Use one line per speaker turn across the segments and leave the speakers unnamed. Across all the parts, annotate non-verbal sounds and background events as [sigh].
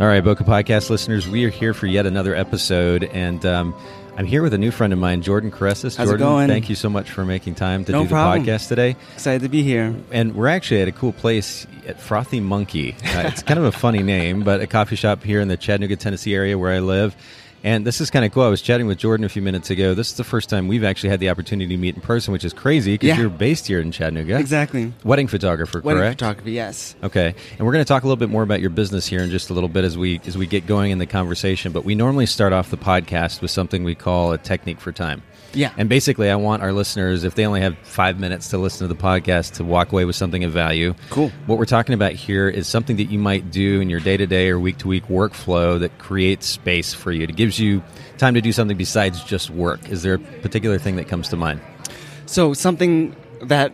All right, Boca Podcast listeners, we are here for yet another episode, and um, I'm here with a new friend of mine, Jordan Caressis.
How's it
Jordan,
going?
thank you so much for making time to
No
do the
problem.
podcast today.
Excited to be here.
And we're actually at a cool place at Frothy Monkey. Uh, it's kind of a funny name, but a coffee shop here in the Chattanooga, Tennessee area where I live. And this is kind of cool. I was chatting with Jordan a few minutes ago. This is the first time we've actually had the opportunity to meet in person, which is crazy because
Yeah.
you're based here in Chattanooga.
Exactly.
Wedding photographer,
Wedding
correct?
photography, yes.
Okay, and we're going to talk a little bit more about your business here in just a little bit as we as we get going in the conversation. But we normally start off the podcast with something we call a technique for time.
Yeah.
And basically, I want our listeners, if they only have five minutes to listen to the podcast, to walk away with something of value.
Cool.
What we're talking about here is something that you might do in your day to day or week to week workflow that creates space for you. It gives you time to do something besides just work. Is there a particular thing that comes to mind?
So something that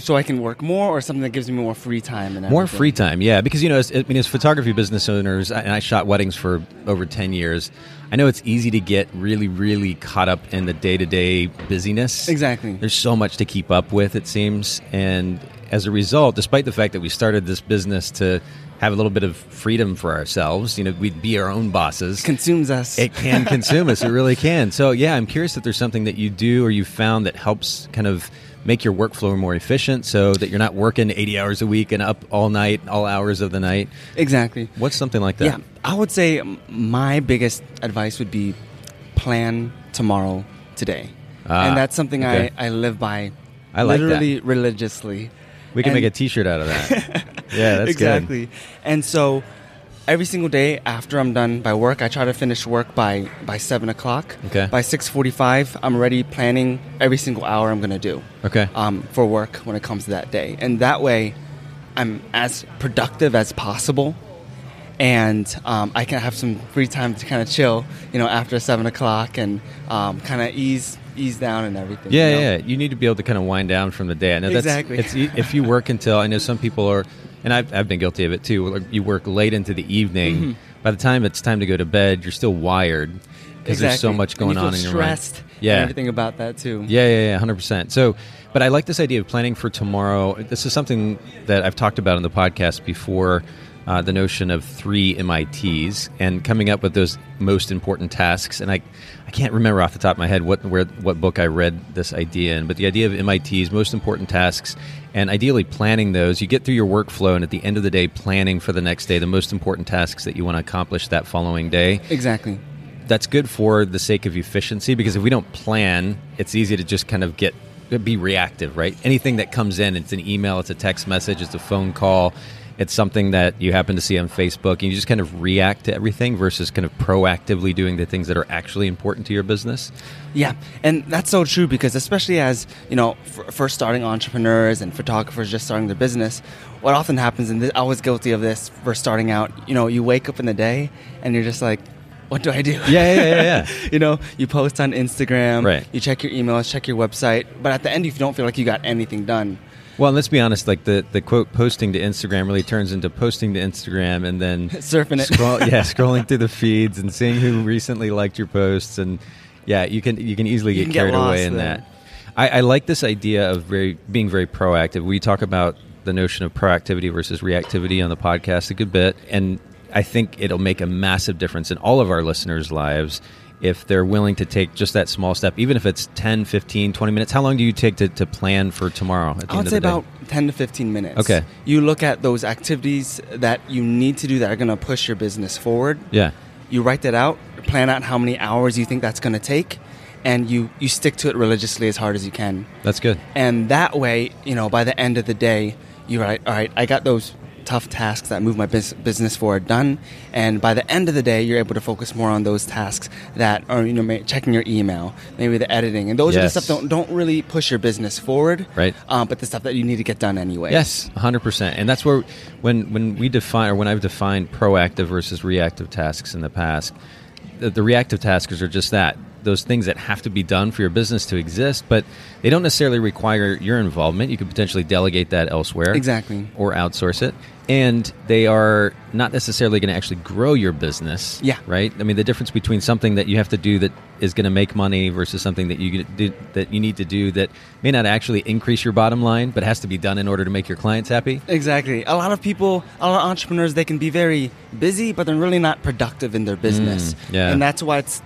so I can work more, or something that gives me more free time and
More
everything?
free time, yeah. Because you know, as, I mean, as photography business owners, I- and I shot weddings for over ten years. I know it's easy to get really, really caught up in the day to day busyness.
Exactly.
There's so much to keep up with, it seems, and as a result, despite the fact that we started this business to have a little bit of freedom for ourselves, you know, we'd be our own bosses.
consumes us.
It
[laughs]
can consume us. It really can. So yeah, I'm curious if there's something that you do or you found that helps kind of make your workflow more efficient, so that you're not working 80 hours a week and up all night, all hours of the night.
exactly.
What's something like
Yeah,
that?
I would say um, my biggest advice would be plan tomorrow today,
Ah,
and that's something
okay.
I, I live by.
I like that.
literally religiously.
We can
And-
make a T-shirt out of
[laughs]
that. yeah, that's
exactly. And so every single day after I'm done by work, I try to finish work by by seven o'clock.
Okay.
By six forty-five, I'm already planning every single hour I'm gonna do.
good. Okay.
Um, for work when it comes to that day, and that way, I'm as productive as possible, and um, I can have some free time to kind of chill, you know, after seven o'clock and um, kind of ease ease down and everything.
Yeah,
you know?
yeah. You need to be able to kind of wind down from the day. I know that's,
Exactly.
It's, e, if you work until I know some people are, and I've, I've been guilty of it too. where You work late into the evening.
Mm-hmm.
By the time it's time to go to bed, you're still wired because there's so
Exactly.
much
And
going
you feel
on in your
stressed
mind.
and
Yeah,
everything about that too.
yeah, yeah, yeah, hundred percent. So, but I like this idea of planning for tomorrow. This is something that I've talked about on the podcast before. Uh, the notion of three MITs and coming up with those most important tasks. And I, I can't remember off the top of my head what where what book I read this idea in, but the idea of MITs, most important tasks, and ideally planning those. You get through your workflow, and at the end of the day, planning for the next day, the most important tasks that you want to accomplish that following day
Exactly.
that's good for the sake of efficiency because if we don't plan, it's easy to just kind of get be reactive, right? Anything that comes in, it's an email, it's a text message, it's a phone call, it's something that you happen to see on Facebook, and you just kind of react to everything versus kind of proactively doing the things that are actually important to your business.
Yeah, and that's so true because especially as you know, f- first starting entrepreneurs and photographers just starting their business, what often happens, and th- I was guilty of this first starting out. You know, you wake up in the day and you're just like, "What do I do?"
Yeah, yeah, yeah, yeah.
[laughs] you know, you post on Instagram,
Right.
You check your emails, check your website, but at the end, if you don't feel like you got anything done,
Well, and let's be honest, like the, the quote posting to Instagram really turns into posting to Instagram and then
[laughs] Surfing it.
Scroll,
[laughs]
yeah, scrolling through the feeds and seeing who recently liked your posts and yeah, you can you can easily get
You can get
carried
lost
away in
there.
that. I, I like this idea of very being very proactive. We talk about the notion of proactivity versus reactivity on the podcast a good bit, and I think it'll make a massive difference in all of our listeners' lives if they're willing to take just that small step, even if it's 10, 15, 20 minutes. How long do you take to, to plan for tomorrow? At the
I
end
would
of
say
the day?
about 10 to 15 minutes.
Okay.
You look at those activities that you need to do that are going to push your business forward.
Yeah.
You write that out, plan out how many hours you think that's going to take, and you, you stick to it religiously as hard as you can.
That's good.
And that way, you know, by the end of the day, you're like, all right, I got those tough tasks that move my bus- business forward done. And by the end of the day, you're able to focus more on those tasks that are, you know, ma- checking your email, maybe the editing. And those are the
Yes.
stuff that don't, don't really push your business forward.
Right.
Um, but the stuff that you need to get done anyway.
Yes, 100%. And that's where when when we define or when I've defined proactive versus reactive tasks in the past, the, the reactive tasks are just that, those things that have to be done for your business to exist, but they don't necessarily require your involvement. You could potentially delegate that elsewhere.
Exactly.
Or outsource it. And they are not necessarily going to actually grow your business.
Yeah.
Right? I mean, the difference between something that you have to do that is going to make money versus something that you do, that you need to do that may not actually increase your bottom line, but has to be done in order to make your clients happy.
Exactly. A lot of people, a lot of entrepreneurs, they can be very busy, but they're really not productive in their business.
Mm, yeah.
And that's why it's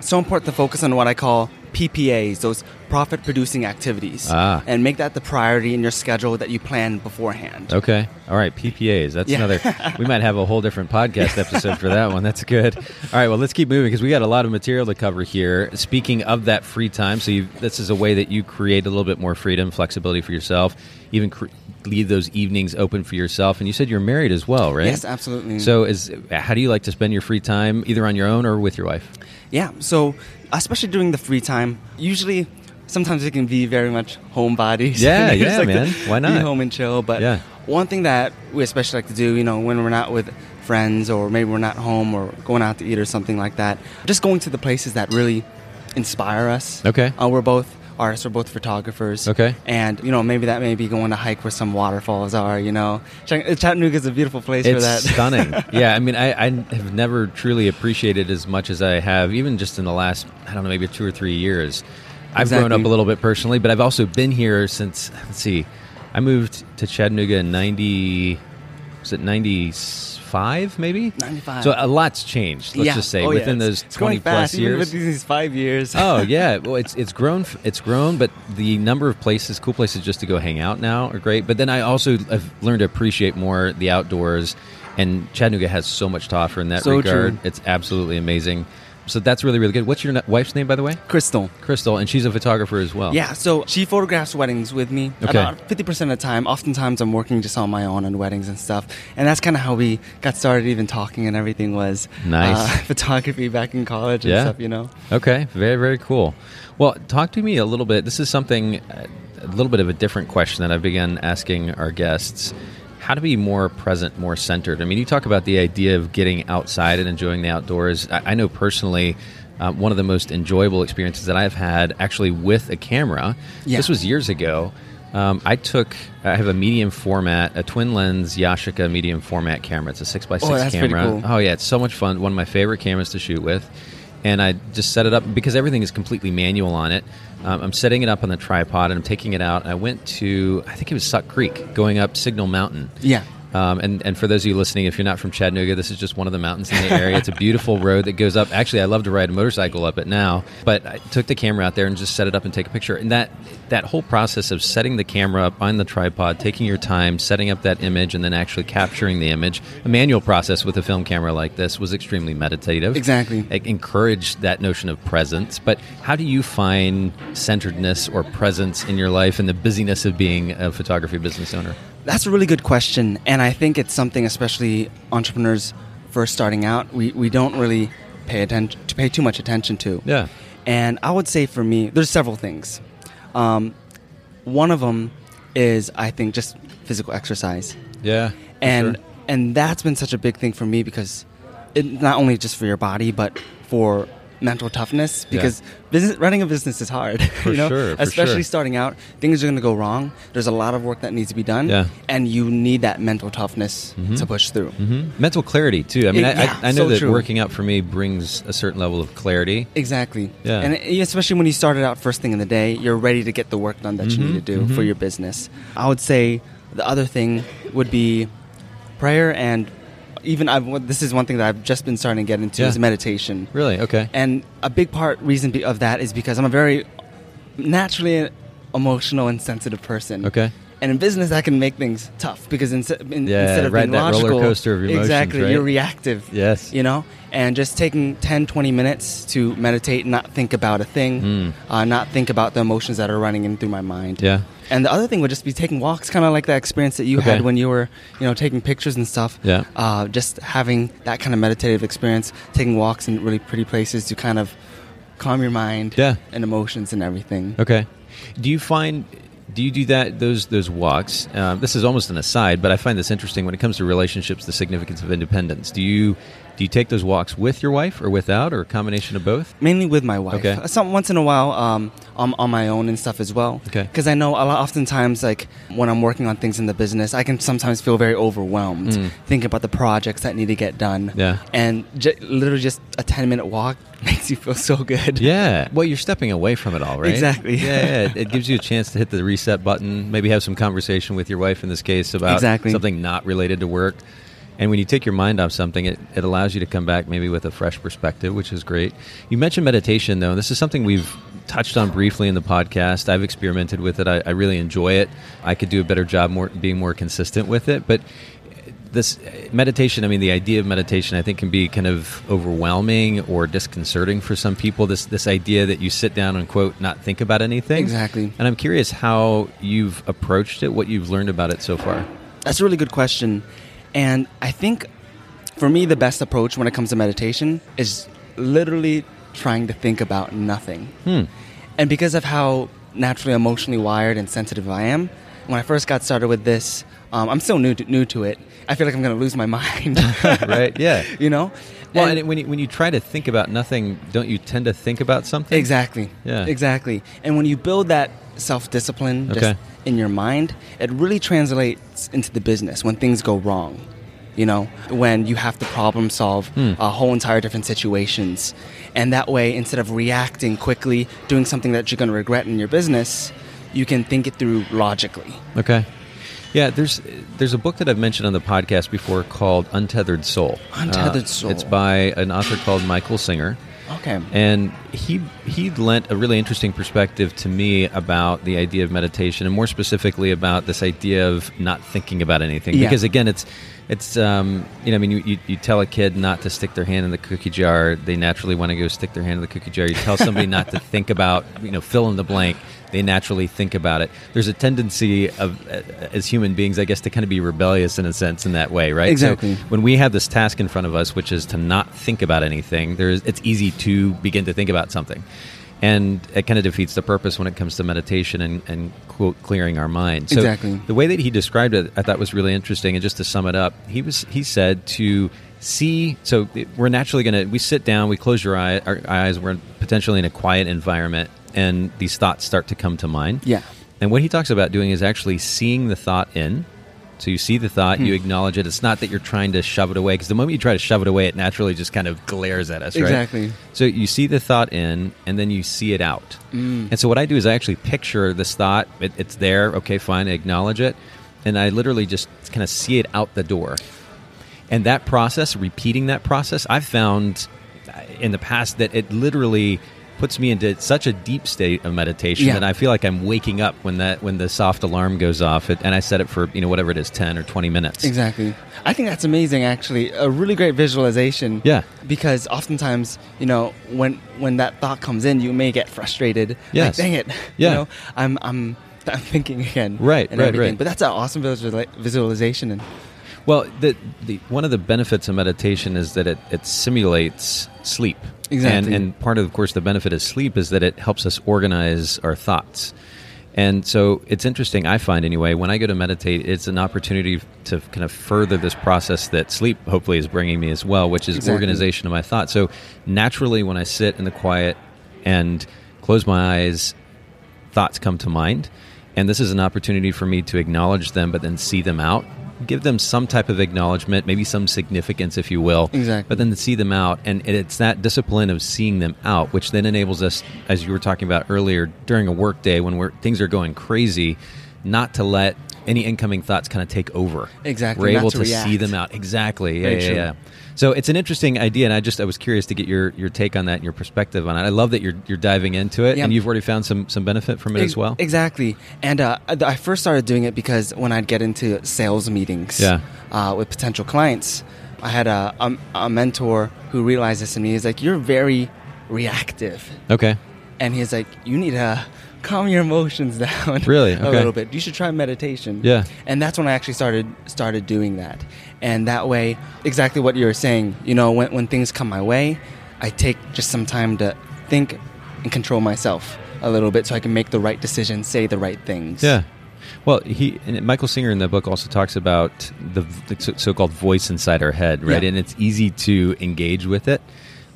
so important to focus on what I call PPAs, those profit producing activities.
Ah.
And make that the priority in your schedule that you plan beforehand.
Okay. All right. PPAs. That's
Yeah.
another. We might have a whole different podcast episode for that one. That's good. All right. Well, let's keep moving because we got a lot of material to cover here. Speaking of that free time, so you, this is a way that you create a little bit more freedom, flexibility for yourself, even cre- leave those evenings open for yourself. And you said you're married as well, right?
Yes, absolutely.
So, is how do you like to spend your free time, either on your own or with your wife?
Yeah, so especially during the free time, usually sometimes we can be very much [laughs] homebodies.
Yeah,
Just
yeah,
like to
man. Why
Be
not?
home and chill. But
Yeah.
one thing that we especially like to do, you know, when we're not with friends or maybe we're not home or going out to eat or something like that, just going to the places that really inspire us.
Okay.
Uh, we're both artists, we're both photographers.
Okay.
And, you know, maybe that may be going to hike where some waterfalls are, you know. Chattan- Chattanooga's a beautiful place for
It's
that. [laughs]
stunning. Yeah, I mean, I, I have never truly appreciated as much as I have, even just in the last, I don't know, maybe two or three years. I've grown
Exactly.
up a little bit personally, but I've also been here since. Let's see, I moved to Chattanooga in ninety. Was it ninety five? Maybe
95.
So a lot's changed. Let's
Yeah.
just say
Oh, yeah,
within
it's-
those
it's going
twenty plus
fast, even
years.
within these five years.
oh yeah, well it's it's grown f- it's grown, but the number of places, cool places just to go hang out now are great. But then I also have learned to appreciate more the outdoors, and Chattanooga has so much to offer in that
So
regard.
true.
It's absolutely amazing. So that's really really good. What's your n- wife's name by the way?
Crystal.
Crystal, and she's a photographer as well.
Yeah, so she photographs weddings with me
Okay.
about 50% of the time. Oftentimes I'm working just on my own on weddings and stuff. And that's kind of how we got started even talking and everything was uh,
Nice.
[laughs] photography back in college and
Yeah.
stuff, you know.
Okay, very very cool. Well, talk to me a little bit. This is something uh, a little bit of a different question that I began asking our guests. How to be more present, more centered. I mean, you talk about the idea of getting outside and enjoying the outdoors. I, I know personally. Uh, one of the most enjoyable experiences that I've had actually with a camera.
Yeah.
This was years ago. Um, I took, I have a medium format, a twin lens Yashica medium format camera. It's a 6 by 6
Oh, that's pretty
camera.
cool.
Oh yeah, it's so much fun. One of my favorite cameras to shoot with, and I just set it up because everything is completely manual on it. Um, I'm setting it up on the tripod and I'm taking it out. I went to I think it was Suck Creek, going up Signal Mountain.
Yeah.
Um, and, and for those of you listening, if you're not from Chattanooga, this is just one of the mountains in the area. It's a beautiful road that goes up. Actually, I love to ride a motorcycle up it now. But I took the camera out there and just set it up and take a picture. And that that whole process of setting the camera up on the tripod, taking your time, setting up that image, and then actually capturing the image, a manual process with a film camera like this was extremely meditative.
Exactly.
It encouraged that notion of presence. But how do you find centeredness or presence in your life in the busyness of being a photography business owner?
That's a really good question. And I think it's something, especially entrepreneurs first starting out, we, we don't really pay, attention to pay too much attention to.
Yeah.
And I would say for me, there's several things. Um, one of them is, I think, just physical exercise.
Yeah.
and and that's been such a big thing for me because it, not only just for your body but for mental toughness
Yeah.
because business, running a business is hard [laughs]
For
you know
sure, for
especially
sure.
starting out things are going to go wrong there's a lot of work that needs to be done
Yeah.
and you need that mental toughness to push through
hmm Mental clarity too. I mean,
Yeah,
I, I, I know
so
that
true.
working out for me brings a certain level of clarity.
Exactly.
Yeah.
And e, especially when you started out first thing in the day, you're ready to get the work done that
Mm-hmm.
you need to do for your business. I would say the other thing would be prayer and even I've, this is one thing that I've just been starting to get into
Yeah.
is meditation.
Really? Okay.
And a big part reason be- of that is because I'm a very naturally emotional uh, and sensitive person.
Okay.
And in business, that can make things tough because in, in,
Yeah,
instead of
right,
being
that roller
logical,
coaster of emotions,
exactly,
right?
you're reactive.
Yes.
you know, and just taking 10, 20 minutes to meditate, not think about a thing, uh, not think about the emotions that are running in through my mind.
Hmm. Yeah.
And the other thing would just be taking walks, kind of like that experience that you
Okay.
had when you were, you know, taking pictures and stuff.
Yeah.
Uh, just having that kind of meditative experience, taking walks in really pretty places to kind of calm your mind
Yeah.
and emotions and everything.
Okay. Do you find do you do that those those walks? Um, this is almost an aside, but I find this interesting when it comes to relationships, the significance of independence. Do you do you take those walks with your wife or without or a combination of both?
mainly with my wife.
Okay.
Some once in a while, um, on, on my own and stuff as well.
Okay.
Because I know a lot, oftentimes, like when I'm working on things in the business, I can sometimes feel very overwhelmed,
Mm.
thinking about the projects that need to get done.
Yeah.
And j- literally just a ten minute walk [laughs] makes you feel
[laughs]
so good.
Yeah. Well, you're stepping away from it all, right?
Exactly.
Yeah, yeah. It, it gives you a chance to hit the reset button, maybe have some conversation with your wife in this case about
Exactly.
something not related to work. And when you take your mind off something, it, it allows you to come back maybe with a fresh perspective, which is great. You mentioned meditation, though. And this is something we've touched on briefly in the podcast. I've experimented with it. I, I really enjoy it. I could do a better job more, being more consistent with it. But this uh, meditation i mean the idea of meditation i think can be kind of overwhelming or disconcerting for some people this this idea that you sit down and quote not think about anything
Exactly.
and i'm curious how you've approached it what you've learned about it so far
That's a really good question. And I think for me, the best approach when it comes to meditation is literally trying to think about nothing.
hmm
And because of how naturally emotionally wired and sensitive I am, when I first got started with this, um, I'm still new to, new to it. I feel like I'm going to lose my [laughs] mind.
[laughs] right yeah
You know?
well
And-
and, it- when, you, when you try to think about nothing don't you tend to think about something
Exactly.
Yeah.
Exactly. And when you build that self discipline
Okay.
just in your mind, it really translates into the business when things go wrong. You know, when you have to problem solve
Hmm.
a whole entire different situations. And that way, instead of reacting quickly, doing something that you're going to regret in your business, you can think it through logically.
okay yeah there's there's a book that i've mentioned on the podcast before called untethered soul Uh,
Untethered Soul.
it's by an author called michael singer
Okay.
and he he lent a really interesting perspective to me about the idea of meditation, and more specifically about this idea of not thinking about anything.
Yeah.
Because again, it's it's um, you know, I mean, you, you, you tell a kid not to stick their hand in the cookie jar, they naturally want to go stick their hand in the cookie jar. You tell somebody not to think about you know fill in the blank, they naturally think about it. There's a tendency of uh, as human beings, I guess, to kind of be rebellious in a sense in that way, right? So
Exactly.
when we have this task in front of us, which is to not think about anything, there's, it's easy to begin to think about something. And it kind of defeats the purpose when it comes to meditation and, and quote, clearing our mind. So
Exactly.
The way that he described it, I thought was really interesting. And just to sum it up, he was he said to see. So it- we're naturally going to we sit down, we close your eye, our eyes. We're potentially in a quiet environment, and these thoughts start to come to mind.
Yeah.
And what he talks about doing is actually seeing the thought in. So you see the thought,
Hmm.
you acknowledge it. It's not that you're trying to shove it away because the moment you try to shove it away, it naturally just kind of glares at us, right?
Exactly.
So you see the thought in, and then you see it out.
Mm.
And so what I do is I actually picture this thought. It, it's there. Okay, fine. I acknowledge it, and I literally just kind of see it out the door. And that process, repeating that process, I've found uh, in the past that it literally puts me into such a deep state of meditation
Yeah.
that I feel like I'm waking up when that when the soft alarm goes off. It, and I set it for you know whatever it is, ten or twenty minutes.
Exactly. I think that's amazing. Actually, a really great visualization.
Yeah.
Because oftentimes, you know, when when that thought comes in, you may get frustrated.
Yes.
Like, Dang it. [laughs]
Yeah.
You know, I'm I'm I'm thinking again.
Right,
And
right,
everything.
right.
But that's an awesome visual- visualization. And
Well, the, the one of the benefits of meditation is that it, it simulates sleep.
Exactly.
And, and part of, of course, the benefit of sleep is that it helps us organize our thoughts. And so it's interesting, I find anyway, when I go to meditate, it's an opportunity to kind of further this process that sleep hopefully is bringing me as well, which is
Exactly.
organization of my thoughts. So naturally, when I sit in the quiet and close my eyes, thoughts come to mind. And this is an opportunity for me to acknowledge them, but then see them out. Give them some type of acknowledgement, maybe some significance, if you will.
Exactly.
But then see them out. And it's that discipline of seeing them out, which then enables us, as you were talking about earlier, during a work day when we're, things are going crazy, not to let any incoming thoughts kind of take over.
Exactly,
We're
not
able
to
to, see
react.
them out. Exactly. Yeah,
Very
yeah,
true.
yeah. So it's an interesting idea, and I just I was curious to get your, your take on that and your perspective on it. I love that you're you're diving into it,
Yeah.
and you've already found some some benefit from it
Ex-
as well.
Exactly. And uh, I- I first started doing it because when I'd get into sales meetings
Yeah.
uh, with potential clients, I had a, a, a mentor who realized this in me. He's like, You're very reactive.
Okay.
And he's like, You need to calm your emotions [laughs] down
Really?
a
Okay.
little bit. You should try meditation.
Yeah.
And that's when I actually started started doing that. And that way, exactly what you were saying, you know, when, when things come my way, I take just some time to think and control myself a little bit so I can make the right decisions, say the right things.
Yeah. Well, he and Michael Singer in the book also talks about the, the so-called voice inside our head, right?
Yeah.
And it's easy to engage with it.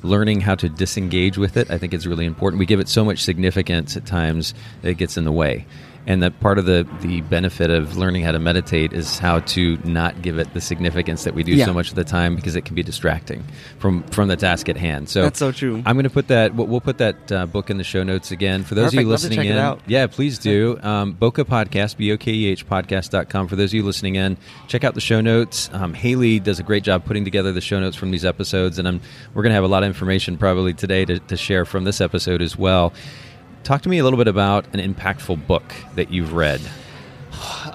Learning how to disengage with it, I think, is really important. We give it so much significance at times that it gets in the way. And that part of the, the benefit of learning how to meditate is how to not give it the significance that we do
Yeah.
so much of the time because it can be distracting from, from the task at hand. So
That's so true.
I'm going to put that. We'll we'll put that uh, book in the show notes again for those of you
Perfect. Love to
listening
check it
in.
out.
Yeah, please do. Um, Boca Podcast, B O K E H podcast.com. For those of you listening in, check out the show notes. Um, Haley does a great job putting together the show notes from these episodes, and I'm, we're going to have a lot of information probably today to, to share from this episode as well. Talk to me a little bit about an impactful book that you've read.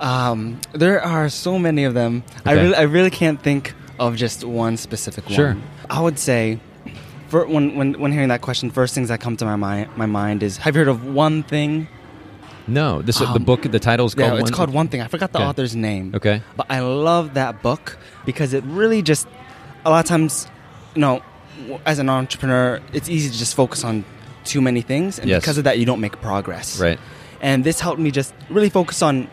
Um, there are so many of them. I
Okay.
really, I really can't think of just one specific
Sure.
one. I would say, for, when, when when hearing that question, first things that come to my mind my mind is, have you heard of one thing?
No, this the
Um,
book. The title is
Yeah,
called.
it's
One-
called One Thing. I forgot the
Okay.
author's name.
Okay.
But I love that book because it really just, a lot of times, you know, w- as an entrepreneur, it's easy to just focus on too many things. And
Yes.
because of that, you don't make progress.
Right.
And this helped me just really focus on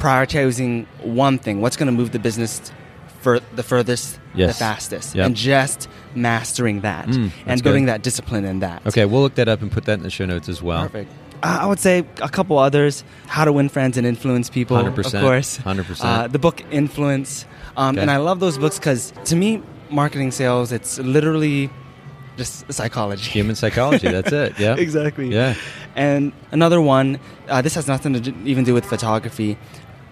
prioritizing one thing what's going to move the business for the furthest,
Yes.
the fastest,
Yep.
and just mastering that
Mm, that's
and building
good.
that discipline in that.
Okay, we'll look that up and put that in the show notes as well.
Perfect. Uh, I I would say a couple others: How to Win Friends and Influence People,
100%,
of course.
100%.
Uh, the book Influence, um,
Okay.
and I love those books because to me, marketing sales it's literally just psychology.
Human psychology. That's
[laughs]
it. Yeah.
exactly.
Yeah.
And another one. Uh, this has nothing to d- even do with photography.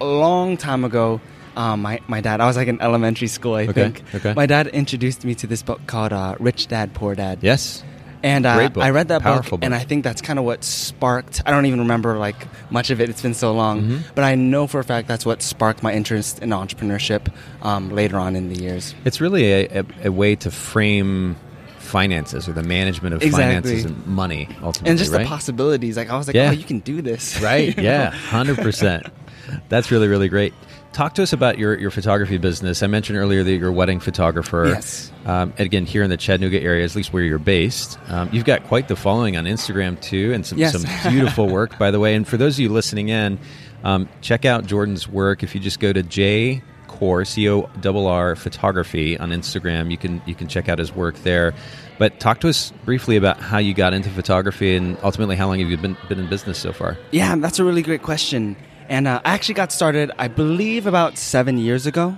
A long time ago. Um, my, my dad, I was like in elementary school, I
Okay,
think.
okay.
My dad introduced me to this book called uh, Rich Dad, Poor Dad.
Yes.
And uh,
Great book.
I read that
Powerful
book, and
book.
I think that's kind of what sparked. I don't even remember like much of it. It's been so long,
Mhm.
but I know for a fact that's what sparked my interest in entrepreneurship um, later on in the years.
It's really a, a, a way to frame finances or the management of
Exactly.
finances and money ultimately.
And just
right?
the possibilities, like I was like,
Yeah.
oh, you can do this, [laughs]
Right.
You
Yeah.
know?
Hundred percent. That's really really great. Talk to us about your, your photography business. I mentioned earlier that you're a wedding photographer.
Yes.
Um, and again, here in the Chattanooga area, at least where you're based, um, you've got quite the following on Instagram too, and some,
Yes.
some
[laughs]
beautiful work, by the way. And for those of you listening in, um, check out Jordan's work. If you just go to J Core C O R R Photography on Instagram, you can you can check out his work there. But talk to us briefly about how you got into photography and ultimately how long have you been been in business so far?
Yeah, that's a really great question. And uh, I actually got started, I believe, about seven years ago.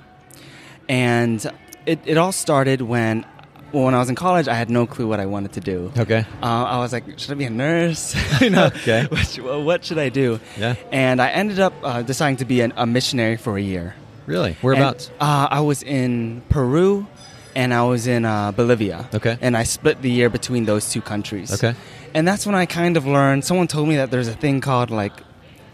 And it, it all started when, well, when I was in college, I had no clue what I wanted to do.
Okay.
Uh, I was like, should I be a nurse? [laughs] you know,
Okay.
what, sh- what should I do?
Yeah.
And I ended up uh, deciding to be an, a missionary for a year.
Really? Whereabouts?
And, uh, I was in Peru and I was in uh, Bolivia.
Okay.
And I split the year between those two countries.
Okay.
And that's when I kind of learned. Someone told me that there's a thing called like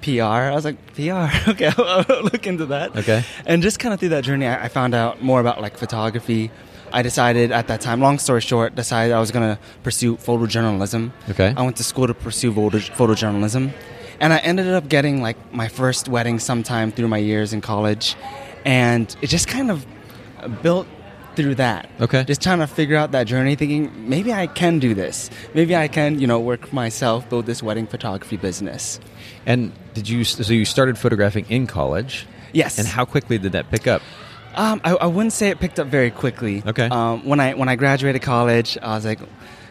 PR. I was like, PR? [laughs] Okay, I'll I'll look into that.
Okay.
And just kind of through that journey, I, I found out more about like photography. I decided at that time, long story short, decided I was going to pursue photojournalism.
Okay.
I went to school to pursue photo, photojournalism, and I ended up getting like my first wedding sometime through my years in college, and it just kind of built through that.
Okay.
Just trying to figure out that journey, thinking maybe I can do this. Maybe I can, you know, work for myself, build this wedding photography business.
and did you so you started photographing in college?
Yes.
And how quickly did that pick up?
Um, I, I wouldn't say it picked up very quickly.
Okay.
Um, when I when I graduated college, I was like,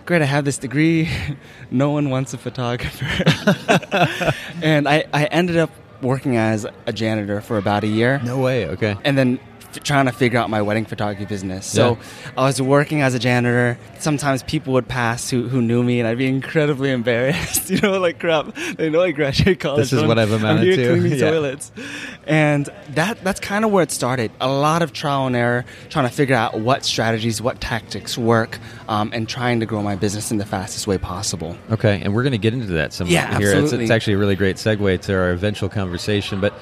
"Great, I have this degree. [laughs] no one wants a photographer." [laughs] and I, I ended up working as a janitor for about a year,
No way. Okay.
and then f- trying to figure out my wedding photography business. So I was working as a janitor. Sometimes people would pass who, who knew me, and I'd be incredibly embarrassed. [laughs] you know, like crap. They know I graduated college.
is
but
what I've
I'm-
amounted
I'm here
to. [laughs]
Cleaning
Yeah.
toilets, and that that's kind of where it started. A lot of trial and error, trying to figure out what strategies, what tactics work, um, and trying to grow my business in the fastest way possible.
Okay, and we're going to get into that some
Yeah,
here. It's,
absolutely.
it's actually a really great segue to our eventual conversation. But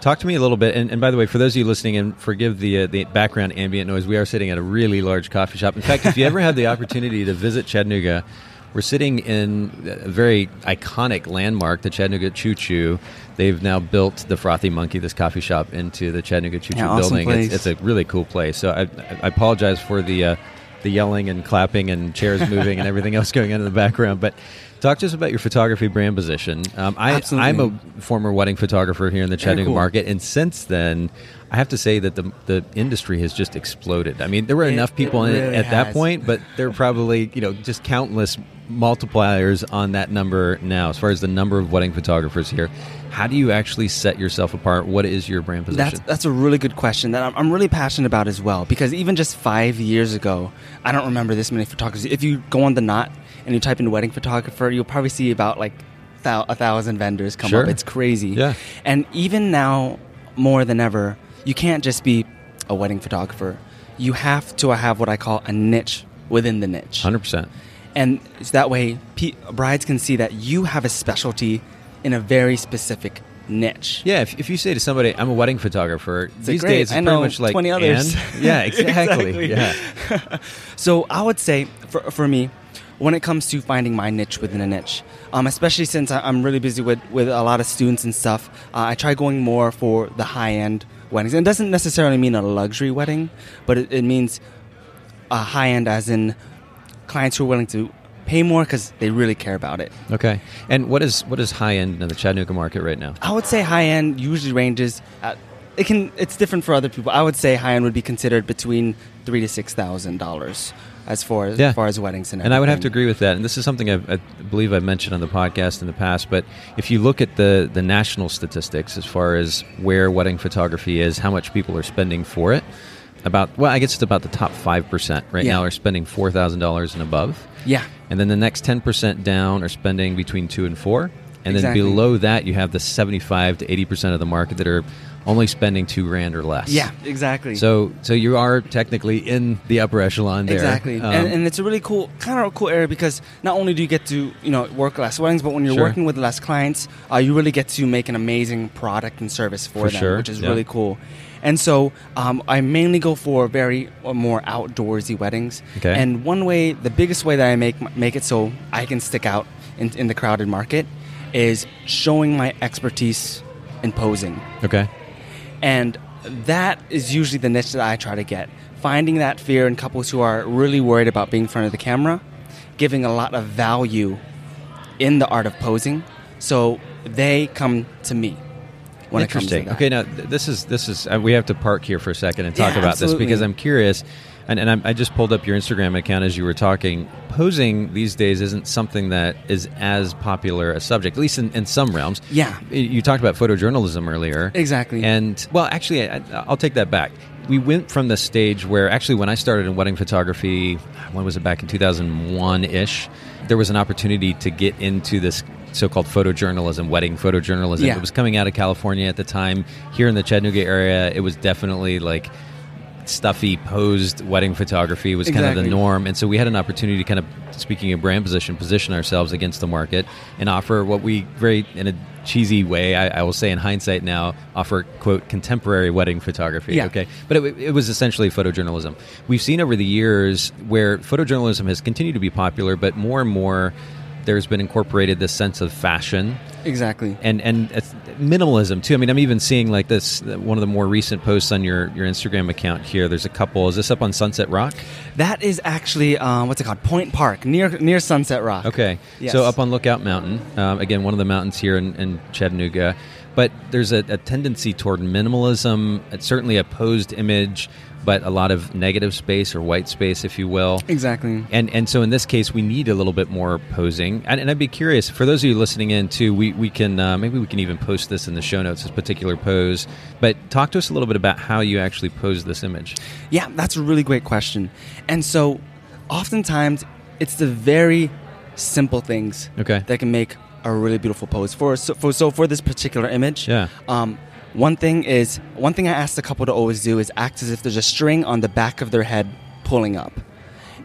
talk to me a little bit. And, and by the way, for those of you listening, and forgive the uh, the background ambient noise. We are sitting at a really large coffee shop. In fact, if you ever have the opportunity to visit Chattanooga, we're sitting in a very iconic landmark, the Chattanooga Choo Choo. They've now built the Frothy Monkey, this coffee shop, into the Chattanooga Choo Choo
Yeah, awesome
building. It's-
place.
It's, a really cool place. So I, I apologize for the. Uh, the yelling and clapping and chairs moving and everything else going on in the background. But talk to us about your photography brand position. Um, I,
Absolutely.
I'm a former wedding photographer here in the Chattanooga
cool.
market, and since then, I have to say that the the industry has just exploded. I mean, there were
It-
enough people
it
in it
really
at that
has.
point, but there are probably you know just countless multipliers on that number now as far as the number of wedding photographers here how do you actually set yourself apart what is your brand position
That's, that's a really good question that I'm, I'm really passionate about as well. Because even just five years ago, I don't remember this many photographers. If you go on the Knot and you type in wedding photographer, you'll probably see about like thou- a thousand vendors come
Sure.
up. It's crazy.
Yeah.
And even now, more than ever, you can't just be a wedding photographer. You have to have what I call a niche within the niche
100%
and so that way pe- brides can see that you have a specialty in a very specific niche.
Yeah, if, if you say to somebody, "I'm a wedding photographer,"
like,
these
"Great,
days it's
I
pretty
know
much like
20 others." [laughs]
"And?" Yeah, exactly.
Exactly.
Yeah,
[laughs] So I would say for, for me, when it comes to finding my niche within a niche, um, especially since I- I'm really busy with, with a lot of students and stuff, uh, I try going more for the high end weddings. And it doesn't necessarily mean a luxury wedding, but it, it means a high end as in clients who are willing to pay more because they really care about it.
okay. And what is what is high end in the Chattanooga market right now?
I would say high end usually ranges. At, it can. It's different for other people. I would say high end would be considered between three to six thousand dollars as far as,
Yeah.
far as weddings and.
And I would have to
everything.
agree with that. And this is something I, I believe I've mentioned on the podcast in the past. But if you look at the the national statistics as far as where wedding photography is, how much people are spending for it, about well, I guess it's about the top five percent right
Yeah.
now are spending four thousand dollars and above.
Yeah.
And then the next 10% down are spending between two and four. And
Exactly.
then below that, you have the 75 to 80% of the market that are only spending two grand or less.
Yeah. Exactly.
So, so you are technically in the upper echelon there.
Exactly,
Um,
and, and it's a really cool, kind of a cool area because not only do you get to you know work less weddings, but when you're
Sure.
working with less clients, uh, you really get to make an amazing product and service for,
For
them,
sure,
which is
yeah.
really cool. And so um, I mainly go for very uh, more outdoorsy weddings.
Okay.
And one way, the biggest way that I make make it so I can stick out in, in the crowded market, is showing my expertise in posing.
okay.
And that is usually the niche that I try to get. Finding that fear in couples who are really worried about being in front of the camera, giving a lot of value in the art of posing. So they come to me when it comes to
Interesting.
that.
Okay, now th- this is this is uh, we have to park here for a second and talk
Yeah,
about
absolutely.
this because I'm curious, and, and I'm, I just pulled up your Instagram account as you were talking. Posing these days isn't something that is as popular a subject, at least in, in some realms.
Yeah.
Y- you talked about photojournalism earlier,
Exactly.
and well, actually, I, I'll take that back. We went from the stage where actually, when I started in wedding photography, when was it back in 2001 ish? There was an opportunity to get into this so-called photojournalism, wedding photojournalism.
Yeah.
It was coming out of California at the time. Here in the Chattanooga area, it was definitely like stuffy posed wedding photography was kind of the
Exactly.
norm and so we had an opportunity to kind of speaking of brand position position ourselves against the market and offer what we very in a cheesy way i, I will say in hindsight now offer quote contemporary wedding photography
Yeah.
okay but it, it was essentially photojournalism we've seen over the years where photojournalism has continued to be popular but more and more there's been incorporated this sense of fashion
Exactly.
and and it's minimalism too. I mean, I'm even seeing like this one of the more recent posts on your your Instagram account here. There's a couple. Is this up on Sunset Rock?
That is actually um, what's it called? Point Park near near Sunset Rock.
Okay,
Yes.
so up on Lookout Mountain, um, again one of the mountains here in, in Chattanooga, But there's a, a tendency toward minimalism. It's certainly a posed image, but a lot of negative space or white space, if you will.
Exactly.
And and so in this case, we need a little bit more posing. And, and I'd be curious for those of you listening in too. We we can uh, maybe we can even post this in the show notes this particular pose. But talk to us a little bit about how you actually pose this image.
Yeah, that's a really great question. And so, oftentimes, it's the very simple things
Okay.
that can make a really beautiful pose. For so for, so for this particular image,
Yeah.
Um, one thing is one thing I ask the couple to always do is act as if there's a string on the back of their head pulling up,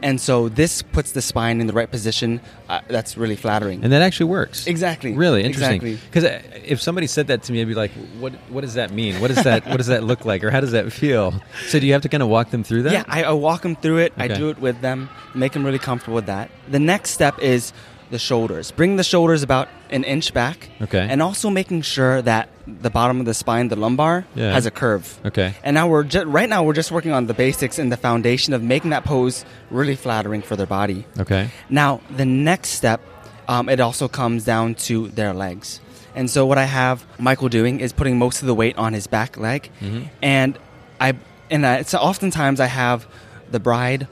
and so this puts the spine in the right position. Uh, that's really flattering.
And that actually works.
Exactly.
Really interesting.
Exactly.
Because if somebody said that to me, I'd be like, "What? What does that mean? What does that? what does that look like? Or how does that feel?" So do you have to kind of walk them through that?
Yeah, I, I walk them through it. I
Okay.
do it with them, make them really comfortable with that. The next step is the shoulders. Bring the shoulders about an inch back.
Okay.
And also making sure that the bottom of the spine, the lumbar,
Yeah.
has a curve.
Okay.
And now we're just, right now we're just working on the basics and the foundation of making that pose really flattering for their body.
Okay.
Now, the next step, um, it also comes down to their legs. And so, what I have Michael doing is putting most of the weight on his back leg,
Mm-hmm.
and I and I, so oftentimes I have the bride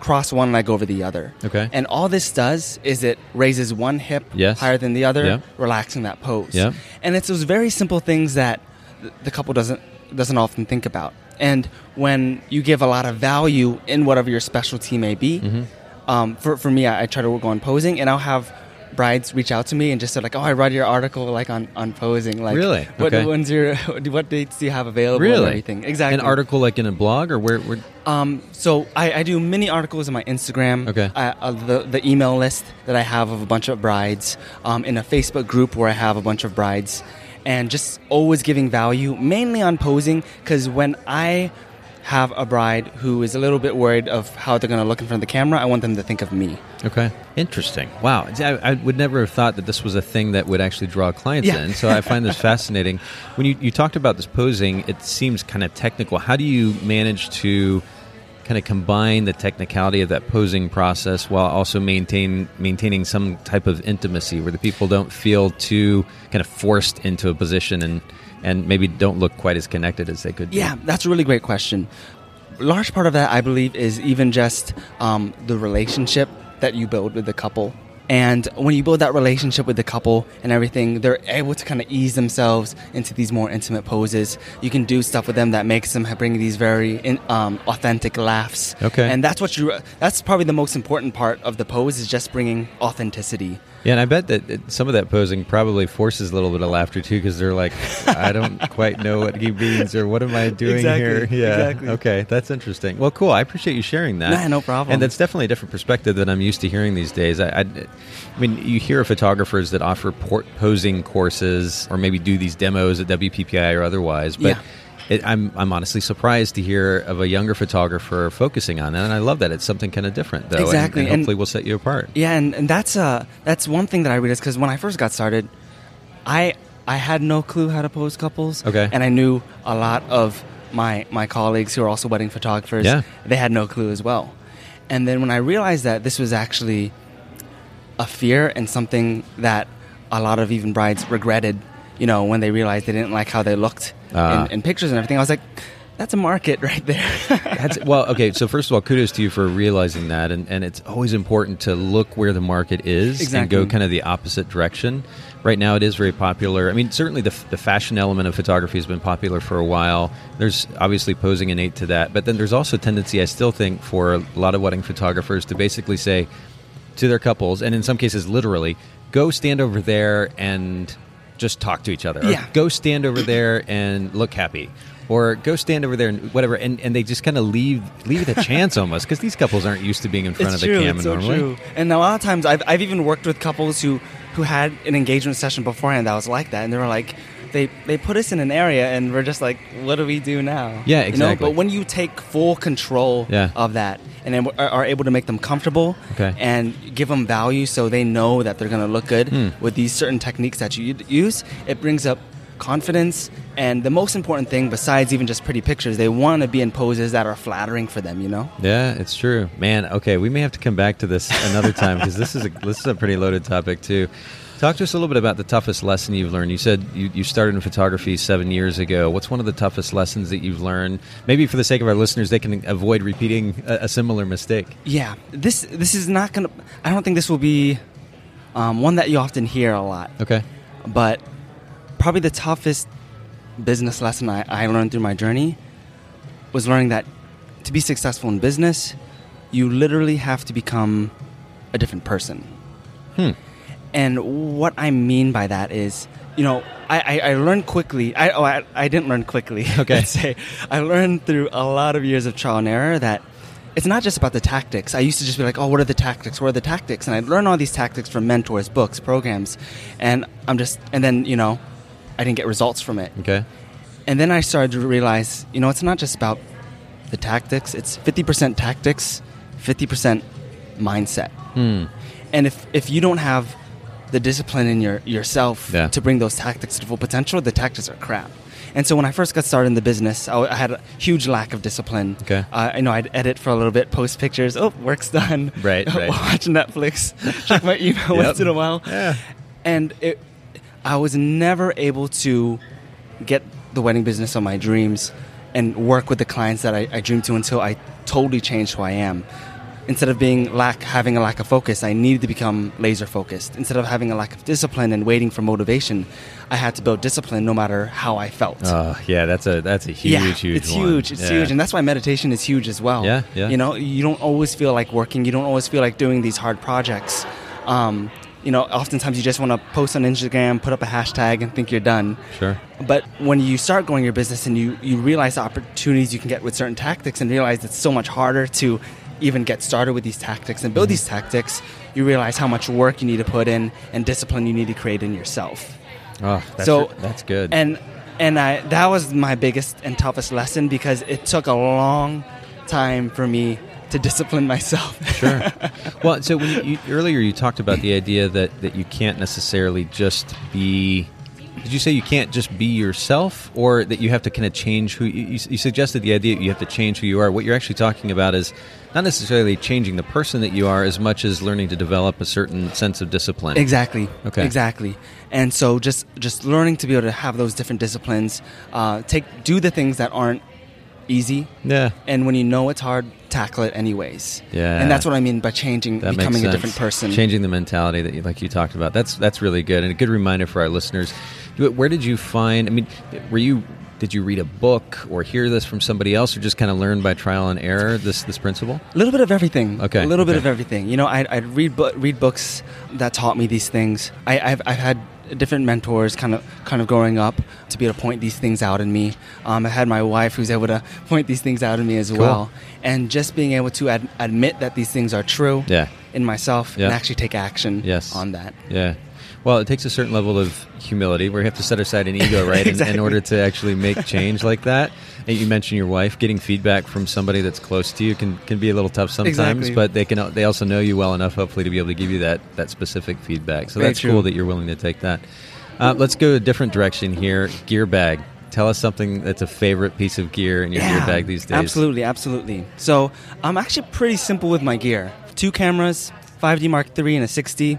cross one leg over the other.
Okay.
And all this does is it raises one hip
Yes.
higher than the other,
Yeah.
relaxing that pose.
Yeah.
And it's those very simple things that th- the couple doesn't doesn't often think about. And when you give a lot of value in whatever your specialty may be,
Mm-hmm.
um, for, for me, I, I try to work on posing, and I'll have brides reach out to me and just say like, "Oh, I read your article like on, on posing. Like,
Really?
What
Okay.
ones your [laughs] what dates do you have available? And
Really?
everything exactly.
An article like in a blog or where? where
Um, so I, I do many articles on my Instagram.
Okay.
I, uh, the the email list that I have of a bunch of brides, um, in a Facebook group where I have a bunch of brides, and just always giving value, mainly on posing, because when I have a bride who is a little bit worried of how they're going to look in front of the camera, I want them to think of me.
Okay. Interesting. Wow. I, I would never have thought that this was a thing that would actually draw clients
Yeah.
in. So I find this fascinating. When you, you talked about this posing, it seems kind of technical. How do you manage to kind of combine the technicality of that posing process while also maintain maintaining some type of intimacy where the people don't feel too kind of forced into a position and and maybe don't look quite as connected as they could be?
Yeah, that's a really great question. Large part of that, I believe, is even just um, the relationship that you build with the couple. And when you build that relationship with the couple and everything, they're able to kind of ease themselves into these more intimate poses. You can do stuff with them that makes them bring these very in, um, authentic laughs.
Okay.
and that's what you—that's probably the most important part of the pose—is just bringing authenticity.
Yeah, and I bet that it- some of that posing probably forces a little bit of laughter too, because they're like, [laughs] I don't quite know what he means or what am I doing
Exactly,
here? [laughs] Yeah.
exactly.
Okay, that's interesting. Well, cool. I appreciate you sharing that.
Nah, no problem.
And that's definitely a different perspective than I'm used to hearing these days. I, I, I mean, you hear of photographers that offer port posing courses or maybe do these demos at WPPI or otherwise, but.
Yeah.
It, I'm, I'm honestly surprised to hear of a younger photographer focusing on that, and I love that it's something kind of different, though, and-
Exactly,
and,
and-
hopefully will set you apart.
Yeah, and, and that's uh that's one thing that I read is because when I first got started, I I had no clue how to pose couples.
Okay.
and I knew a lot of my my colleagues who are also wedding photographers.
Yeah.
they had no clue as well. And then when I realized that this was actually a fear and something that a lot of even brides regretted, you know, when they realized they didn't like how they looked
Ah.
in, in pictures and everything, I was like, that's a market [laughs] right there.
That's, well, okay. So first of all, kudos to you for realizing that, and, and it's always important to look where the market is and
Exactly.
go kind of the opposite direction. Right now, it is very popular. I mean, certainly the, the fashion element of photography has been popular for a while. There's obviously posing innate to that, but then there's also a tendency, I still think, for a lot of wedding photographers to basically say to their couples, and in some cases, literally, go stand over there and just talk to each other. Or
Yeah.
go stand over there and look happy or go stand over there and whatever and, and they just kind of leave leave it a
[laughs]
chance almost because these couples aren't used to being in front
it's
of the
true,
camera
it's so
normally
True. And a lot of times, I've, I've even worked with couples who who had an engagement session beforehand that was like that, and they were like, they they put us in an area, and we're just like, what do we do now?
Yeah,
You know?
exactly.
But when you take full control
Yeah.
of that, and then are, are able to make them comfortable,
Okay.
and give them value, so they know that they're going to look good
Hmm.
with these certain techniques that you use, it brings up. Confidence, and the most important thing, besides even just pretty pictures, they want to be in poses that are flattering for them, you know?
yeah it's true man okay we may have to come back to this another time because this is a this is a pretty loaded topic too Talk to us a little bit about the toughest lesson you've learned. You said you, you started in photography seven years ago. What's one of the toughest lessons that you've learned? Maybe for the sake of our listeners, they can avoid repeating a, a similar mistake.
Yeah, this this is not gonna. I don't think this will be um, one that you often hear a lot.
Okay.
But probably the toughest business lesson I, I learned through my journey was learning that to be successful in business, you literally have to become a different person.
Hmm.
And what I mean by that is, you know, I, I, I learned quickly. I, oh, I, I didn't learn quickly. [laughs]
Okay.
let's say I learned through a lot of years of trial and error that it's not just about the tactics. I used to just be like, oh, what are the tactics? What are the tactics? And I'd learn all these tactics from mentors, books, programs. And I'm just, and then, you know, I didn't get results from it.
Okay.
And then I started to realize, you know, it's not just about the tactics, it's 50% tactics, 50% mindset.
Hmm.
And if, if you don't have the discipline in your yourself
Yeah.
to bring those tactics to full potential, the tactics are crap. And so when I first got started in the business, I, w- I had a huge lack of discipline.
Okay.
Uh, I know I'd edit for a little bit, post pictures. Oh, work's done. [laughs]
Right, right.
Watch Netflix. [laughs] Check my email [laughs]
[laughs]
once
Yep.
in a while.
Yeah.
And it, I was never able to get the wedding business on my dreams and work with the clients that I, I dreamed to until I totally changed who I am. Instead of being lack having a lack of focus, I needed to become laser focused. Instead of having a lack of discipline and waiting for motivation, I had to build discipline no matter how I felt.
Oh, yeah. That's a that's a huge,
yeah,
huge.
it's
one.
huge. It's
Yeah.
huge, and that's why meditation is huge as well.
Yeah, yeah.
You know, you don't always feel like working. You don't always feel like doing these hard projects. Um, you know, oftentimes you just want to post on Instagram, put up a hashtag, and think you're done.
sure.
But when you start growing your business and you, you realize the opportunities you can get with certain tactics and realize it's so much harder to even get started with these tactics and build
Mm-hmm.
these tactics, you realize how much work you need to put in and discipline you need to create in yourself.
Oh, that's,
so
that's good.
And and I that was my biggest and toughest lesson because it took a long time for me to discipline myself. [laughs]
Sure. well, so when you, you, earlier you talked about the idea that, that you can't necessarily just be. Did you say you can't just be yourself, or that you have to kind of change who you, you you suggested the idea that you have to change who you are? What you're actually talking about is not necessarily changing the person that you are, as much as learning to develop a certain sense of discipline.
Exactly.
Okay.
Exactly. And so just just learning to be able to have those different disciplines, uh, take do the things that aren't easy,
Yeah.
and when you know it's hard, tackle it anyways.
Yeah.
And that's what I mean by changing,
That makes
becoming
sense.
a different person.
changing the mentality that you like you talked about. That's that's really good and a good reminder for our listeners. Do- Where did you find? I mean, were you did you read a book or hear this from somebody else, or just kind of learn by trial and error this this principle?
A little bit of everything.
Okay,
A little bit
okay.
of everything. You know, I'd, I'd read bu- read books that taught me these things. I, I've, I've had different mentors kind of kind of growing up to be able to point these things out in me. Um, I had my wife who's able to point these things out in me as
Cool.
well. And just being able to ad- admit that these things are true
Yeah.
in myself
Yeah.
and actually take action
Yes.
on that.
Yeah. Well, it takes a certain level of humility where you have to set aside an ego,
[laughs]
right, in- in,
Exactly.
order to actually make change like that. And you mentioned your wife getting feedback from somebody that's close to you can, can be a little tough sometimes,
Exactly.
but they can they also know you well enough, hopefully, to be able to give you that that specific feedback. So
Very
that's
true.
cool that you're willing to take that. Uh, let's go a different direction here. Gear bag. Tell us something that's a favorite piece of gear in your gear bag these days.
Absolutely, absolutely. So I'm actually pretty simple with my gear. Two cameras, 5D Mark III and a 60.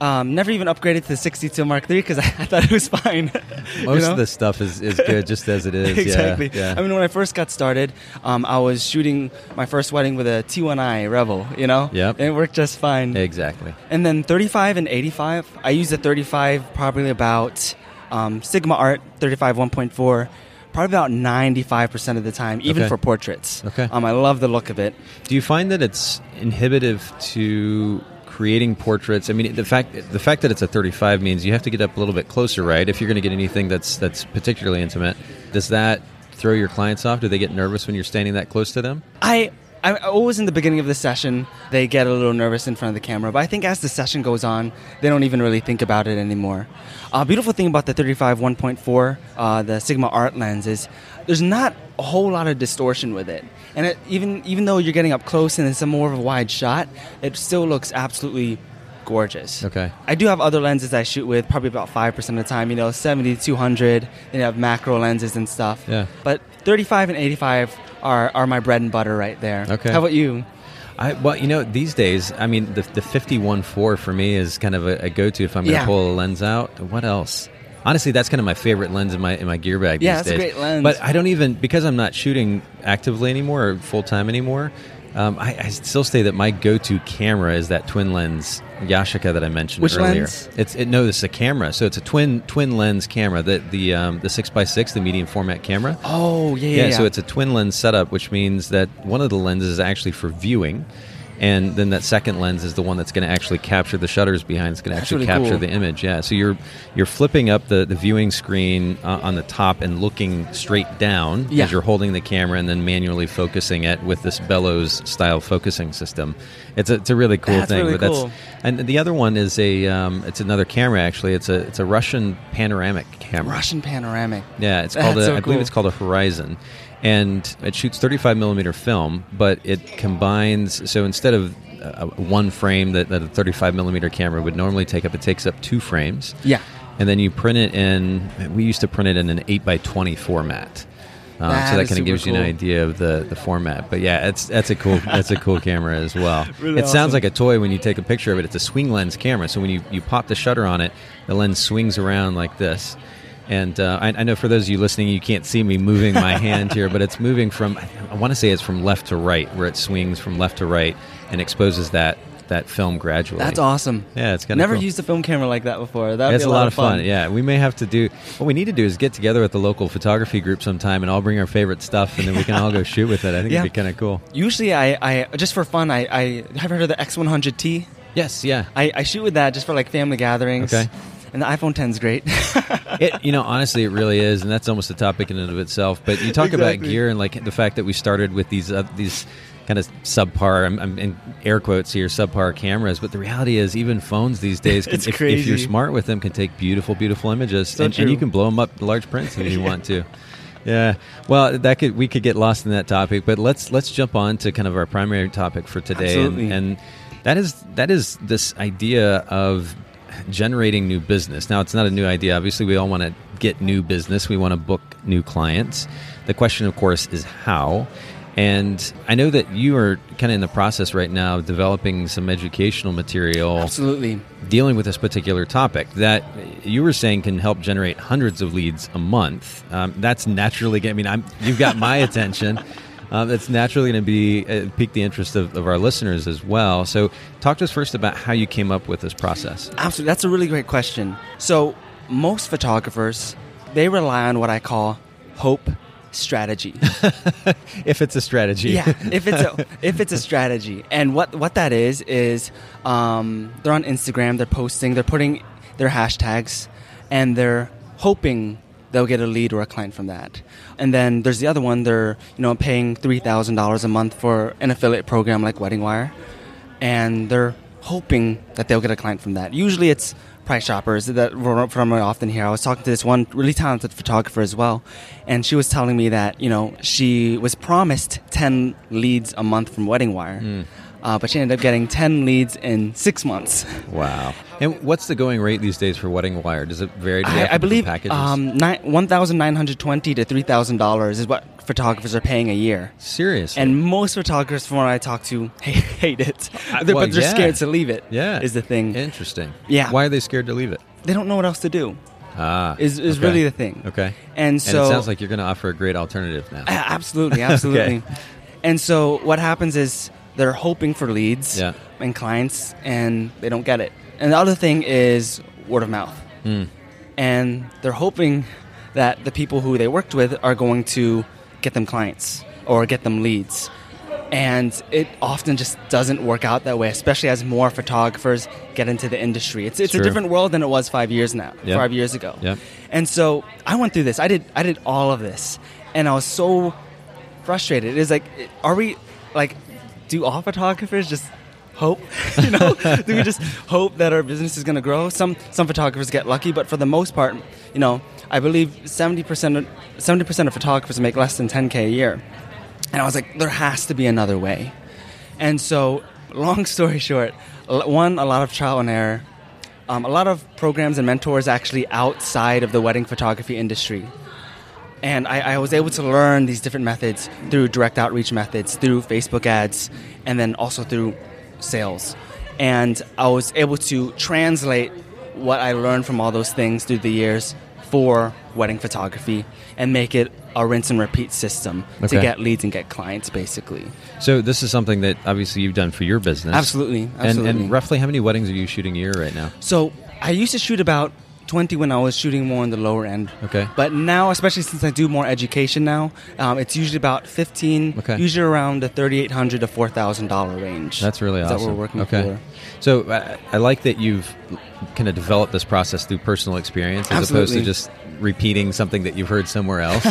Um, never even upgraded to the 60 to Mark III because [laughs] I, I thought it was fine. [laughs] you
Most
know?
of this stuff is, is good just as it
[laughs]
is. Yeah,
exactly.
Yeah.
I mean, when I first got started, um, I was shooting my first wedding with a T1i Rebel, you know?
Yep.
And it worked just fine.
exactly.
And then 35 and 85. I used the 35 probably about um, Sigma Art 35 1.4, probably about 95% of the time, even
Okay.
for portraits.
Okay.
Um, I love the look of it.
Do you find that it's inhibitive to creating portraits? I mean, the fact the fact that it's a 35 means you have to get up a little bit closer, right? If you're going to get anything that's that's particularly intimate, does that throw your clients off? Do they get nervous when you're standing that close to them?
I. I always in the beginning of the session, they get a little nervous in front of the camera, but I think as the session goes on, they don't even really think about it anymore. uh, beautiful thing about the 35 1.4, uh, the Sigma Art lens, is there's not a whole lot of distortion with it, and it, even even though you're getting up close and it's a more of a wide shot, it still looks absolutely gorgeous.
Okay.
I do have other lenses I shoot with, probably about 5% of the time, you know, 70 to 200, then you have macro lenses and stuff.
Yeah.
But 35 and 85 are, are my bread and butter right there.
Okay.
How about you?
I, well, you know, these days, I mean, the the fifty one four for me is kind of a, a go to if I'm going to
Yeah.
pull a lens out. What else? Honestly, that's kind of my favorite lens in my in my gear bag. these
Yeah, that's a
days.
great lens.
But I don't even because I'm not shooting actively anymore or full time anymore. Um, I, I still say that my go to camera is that twin lens Yashica that I mentioned
Which
earlier.
lens?
It's it, no, it's a camera. So it's a twin twin lens camera. The the um, the six x six, the medium format camera.
Oh yeah, yeah.
Yeah, so it's a twin lens setup, which means that one of the lenses is actually for viewing, and then that second lens is the one that's going to actually capture the shutters behind. It's going to
That's
actually
really
capture
cool.
the image. Yeah, so you're you're flipping up the, the viewing screen uh, on the top and looking straight down
Yeah.
as you're holding the camera, and then manually focusing it with this bellows style focusing system. It's a, it's a really cool
That's
thing.
really
but that's-
cool.
and the other one is a um, it's another camera actually. It's a it's a Russian panoramic camera.
Russian panoramic.
Yeah,
[laughs]
it's called. A,
That's so
I believe
cool.
it's called a Horizon, and it shoots 35 millimeter film, but it combines. So instead of uh, one frame that, that a 35 millimeter camera would normally take up, it takes up two frames.
Yeah.
and then you print it in. We used to print it in an 8 by 20 format. Um,
That
so that
is
kind of
super
gives you an
cool.
idea of the, the format, but yeah, it's that's a cool that's a cool camera as well.
[laughs] Really
it sounds
awesome.
like a toy when you take a picture of it. It's a swing lens camera, so when you, you pop the shutter on it, the lens swings around like this. And uh, I, I know for those of you listening, you can't see me moving my hand here, but it's moving from I want to say it's from left to right, where it swings from left to right and exposes that that film gradually.
That's awesome.
Yeah, it's kinda
never
cool.
used a film camera like that before. That would
That's
be a, lot, of fun.
Yeah, we may have to do. What we need to do is get together with the local photography group sometime, and I'll bring our favorite stuff, and then we can
[laughs]
all go shoot with it. I think
Yeah.
it'd be kind of cool.
Usually, I, I just for fun, I, I have you heard of the X100T.
Yes, yeah.
I, I shoot with that just for like family gatherings.
Okay.
And the iPhone 10's great. [laughs]
it you know honestly it really is and that's almost a topic in and of itself but you talk about
Exactly.
gear and like the fact that we started with these uh, these kind of subpar I'm, I'm in air quotes here subpar cameras but the reality is even phones these
[laughs]
days can,
It's
if, if you're
crazy.
smart with them can take beautiful beautiful images
So
and, and
true.
you can blow them up to large prints if you want
[laughs]
to yeah well that could we could get lost in that topic but let's let's jump on to kind of our primary topic for today and-
Absolutely.
and and that is that is this idea of generating new business. Now, it's not a new idea. Obviously, we all want to get new business. We want to book new clients. The question, of course, is how. And I know that you are kind of in the process right now of developing some educational material
Absolutely.
dealing with this particular topic that you were saying can help generate hundreds of leads a month. Um, that's naturally. gonna- I mean, I'm, you've got [laughs] my attention. Um, that's naturally going to be uh, pique the interest of, of our listeners as well. So, talk to us first about how you came up with this process.
Absolutely. That's a really great question. So, most photographers, they rely on what I call hope strategy.
If it's a strategy,
yeah.
[laughs]
If it's a if it's a strategy. And what what that is is um, they're on Instagram, they're posting, they're putting their hashtags and they're hoping they'll get a lead or a client from that. And then there's the other one, they're, you know, paying $3,000 a month for an affiliate program like Wedding Wire and they're hoping that they'll get a client from that. Usually it's price shoppers that we're from I often hear. I was talking to this one really talented photographer as well, and she was telling me that, you know, she was promised 10 leads a month from Wedding Wire,
Hmm.
uh, but she ended up getting 10 leads in six months.
Wow. And what's the going rate these days for Wedding Wire? Does it vary? Do they have
I, I
different
believe
packages.
um, nine, $1,920 to $3,000 is what photographers are paying a year.
Seriously.
And most photographers from what I talk to [laughs] hate it.
I-
They're-
Uh, well,
but they're
yeah.
scared to leave it.
yeah,
Is the thing.
interesting?
Yeah.
Why are they scared to leave it?
they don't know what else to do.
Ah,
Is is
okay.
really the thing.
Okay.
And so
it sounds like you're going to offer a great alternative now.
A- [laughs] absolutely, absolutely.
Okay.
And so what happens is they're hoping for leads
Yeah.
and clients, and they don't get it. And the other thing is word of mouth,
Hmm.
and they're hoping that the people who they worked with are going to get them clients or get them leads. And it often just doesn't work out that way, especially as more photographers get into the industry. It's, it's a
Sure.
different world than it was five years now,
Yeah.
five years ago.
Yeah.
And so I went through this. I did I did all of this, and I was so frustrated. It was like, are we like, do all photographers just hope? [laughs] you know, do we just hope that our business is going to grow? Some some photographers get lucky, but for the most part, you know, I believe seventy percent seventy percent of photographers make less than ten k a year. And I was like, there has to be another way. And so, long [laughs] story short, l- one, a lot of trial and error. Um, a lot of programs and mentors actually outside of the wedding photography industry. And I, I was able to learn these different methods through direct outreach methods, through Facebook ads, and then also through sales. And I was able to translate what I learned from all those things through the years for wedding photography and make it a rinse and repeat system
Okay.
to get leads and get clients basically.
So this is something that obviously you've done for your business.
Absolutely,
And,
absolutely.
and roughly how many weddings are you shooting a year right now?
So I used to shoot about 20 when I was shooting more on the lower end.
Okay.
But now, especially since I do more education now, um, it's usually about 15,
Okay.
usually around the 3800 to $4,000 range.
That's really
is
awesome.
That we're working
okay.
for.
So I, I like that you've kind of developed this process through personal experience as opposed to
Absolutely.
just repeating something that you've heard somewhere
[laughs]
else.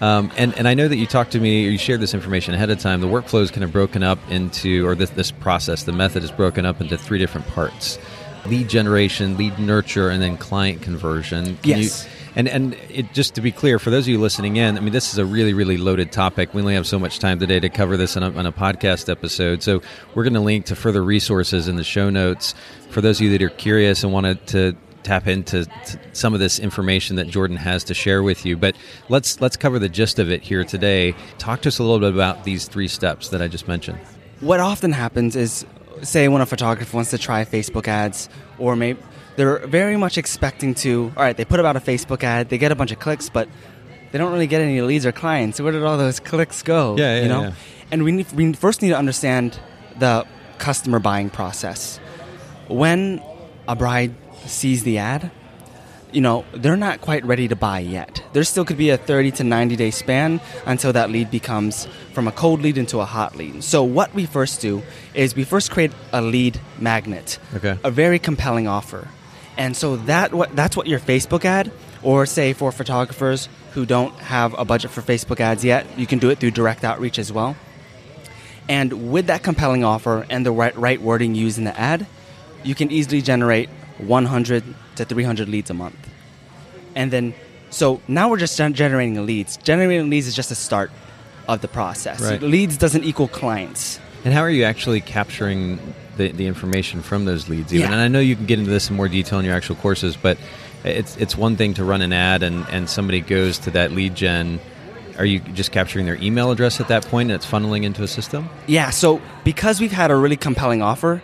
um, and, and I know that you talked to me, or you shared this information ahead of time. The workflow is kind of broken up into, or this, this process, the method is broken up into three different parts lead generation, lead nurture, and then client conversion. Can you-
Yes.
and and it, just to be clear, for those of you listening in, I mean, this is a really really loaded topic. We only have so much time today to cover this in a, on a podcast episode, so we're going to link to further resources in the show notes for those of you that are curious and wanted to tap into t- some of this information that Jordan has to share with you. But let's let's cover the gist of it here today. Talk to us a little bit about these three steps that I just mentioned.
what often happens is say when a photographer wants to try facebook ads or maybe they're very much expecting to all right they put about a facebook ad they get a bunch of clicks but they don't really get any leads or clients so where did all those clicks go
Yeah, yeah,
you know
yeah.
and we, need, we first need to understand the customer buying process when a bride sees the ad you know, they're not quite ready to buy yet. There still could be a 30 to 90 day span until that lead becomes from a cold lead into a hot lead. So, what we first do is we first create a lead magnet,
Okay.
a very compelling offer. And so that what that's what your Facebook ad or say for photographers who don't have a budget for Facebook ads yet, you can do it through direct outreach as well. And with that compelling offer and the right, right wording used in the ad, you can easily generate 100 to 300 leads a month. And then, so now we're just gen- generating leads. Generating leads is just a start of the process.
Right.
Leads doesn't equal clients.
And how are you actually capturing the, the information from those leads? Even?
Yeah.
And I know you can get into this in more detail in your actual courses, but it's it's one thing to run an ad and, and somebody goes to that lead gen. Are you just capturing their email address at that point and it's funneling into a system?
Yeah, so because we've had a really compelling offer,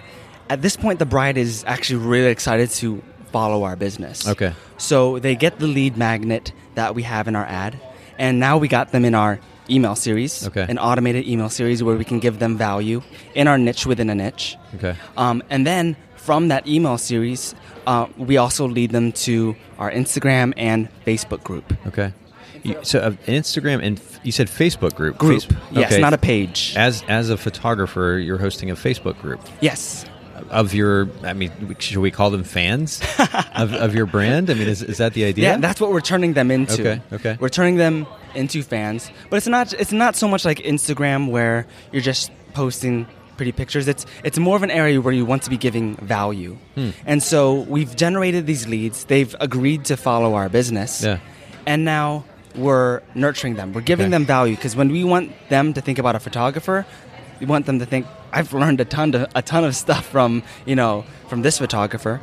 at this point the bride is actually really excited to follow our business.
Okay.
So they get the lead magnet that we have in our ad, and now we got them in our email series,
Okay.
an automated email series where we can give them value in our niche within a niche.
Okay.
Um, and then from that email series, uh, we also lead them to our Instagram and Facebook group.
Okay. You, so uh, Instagram and f- you said Facebook group.
Group,
Face-
yes,
okay.
not a page.
As as a photographer, you're hosting a Facebook group
yes,
of your. I mean, should we call them
[laughs]
fans of, of your brand? I mean, is, is that the idea?
Yeah, that's what we're turning them into.
Okay, okay.
We're turning them into fans, but it's not it's not so much like Instagram where you're just posting pretty pictures. It's it's more of an area where you want to be giving value.
Hmm.
And so we've generated these leads. They've agreed to follow our business.
Yeah.
And now we're nurturing them. We're giving
Okay.
them value because when we want them to think about a photographer, we want them to think I've learned a ton to, a ton of stuff from you know from this photographer,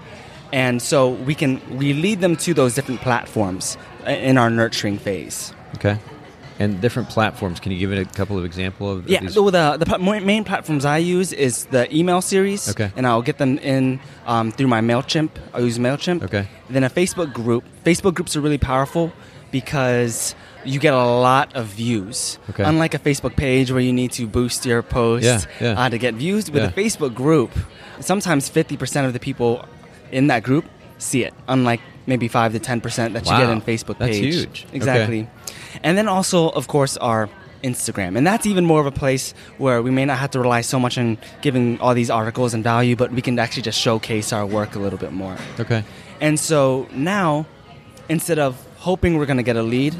and so we can we lead them to those different platforms i- in our nurturing phase.
Okay. And different platforms. Can you give it a couple of example of of
Yeah,
these?
so the the pla- mo- main platforms I use is the email series,
Okay.
and I'll get them in um, through my Mailchimp. I use Mailchimp.
Okay.
Then a Facebook group. Facebook groups are really powerful because you get a lot of views.
Okay.
Unlike a Facebook page where you need to boost your post
Yeah, yeah.
Uh, to get views, with a
Yeah.
Facebook group, sometimes fifty percent of the people in that group see it. Unlike maybe five to ten percent that you get
Wow.
in Facebook
That's
page.
huge. Okay.
Exactly. And then also, of course, our Instagram. And that's even more of a place where we may not have to rely so much on giving all these articles and value, but we can actually just showcase our work a little bit more.
okay.
And so now, instead of hoping we're going to get a lead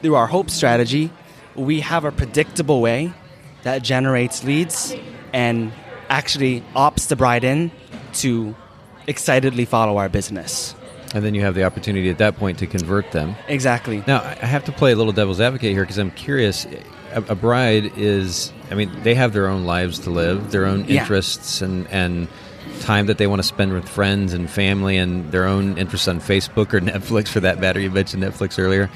through our hope strategy, we have a predictable way that generates leads and actually opts the bride in to excitedly follow our business.
And then you have the opportunity at that point to convert them.
Exactly.
Now, I I have to play a little devil's advocate here because I'm curious. A, a bride is I mean, they have their own lives to live, their own
Yeah.
interests, and and time that they want to spend with friends and family, and their own interests on Facebook or [laughs] Netflix, for that matter. You mentioned Netflix earlier.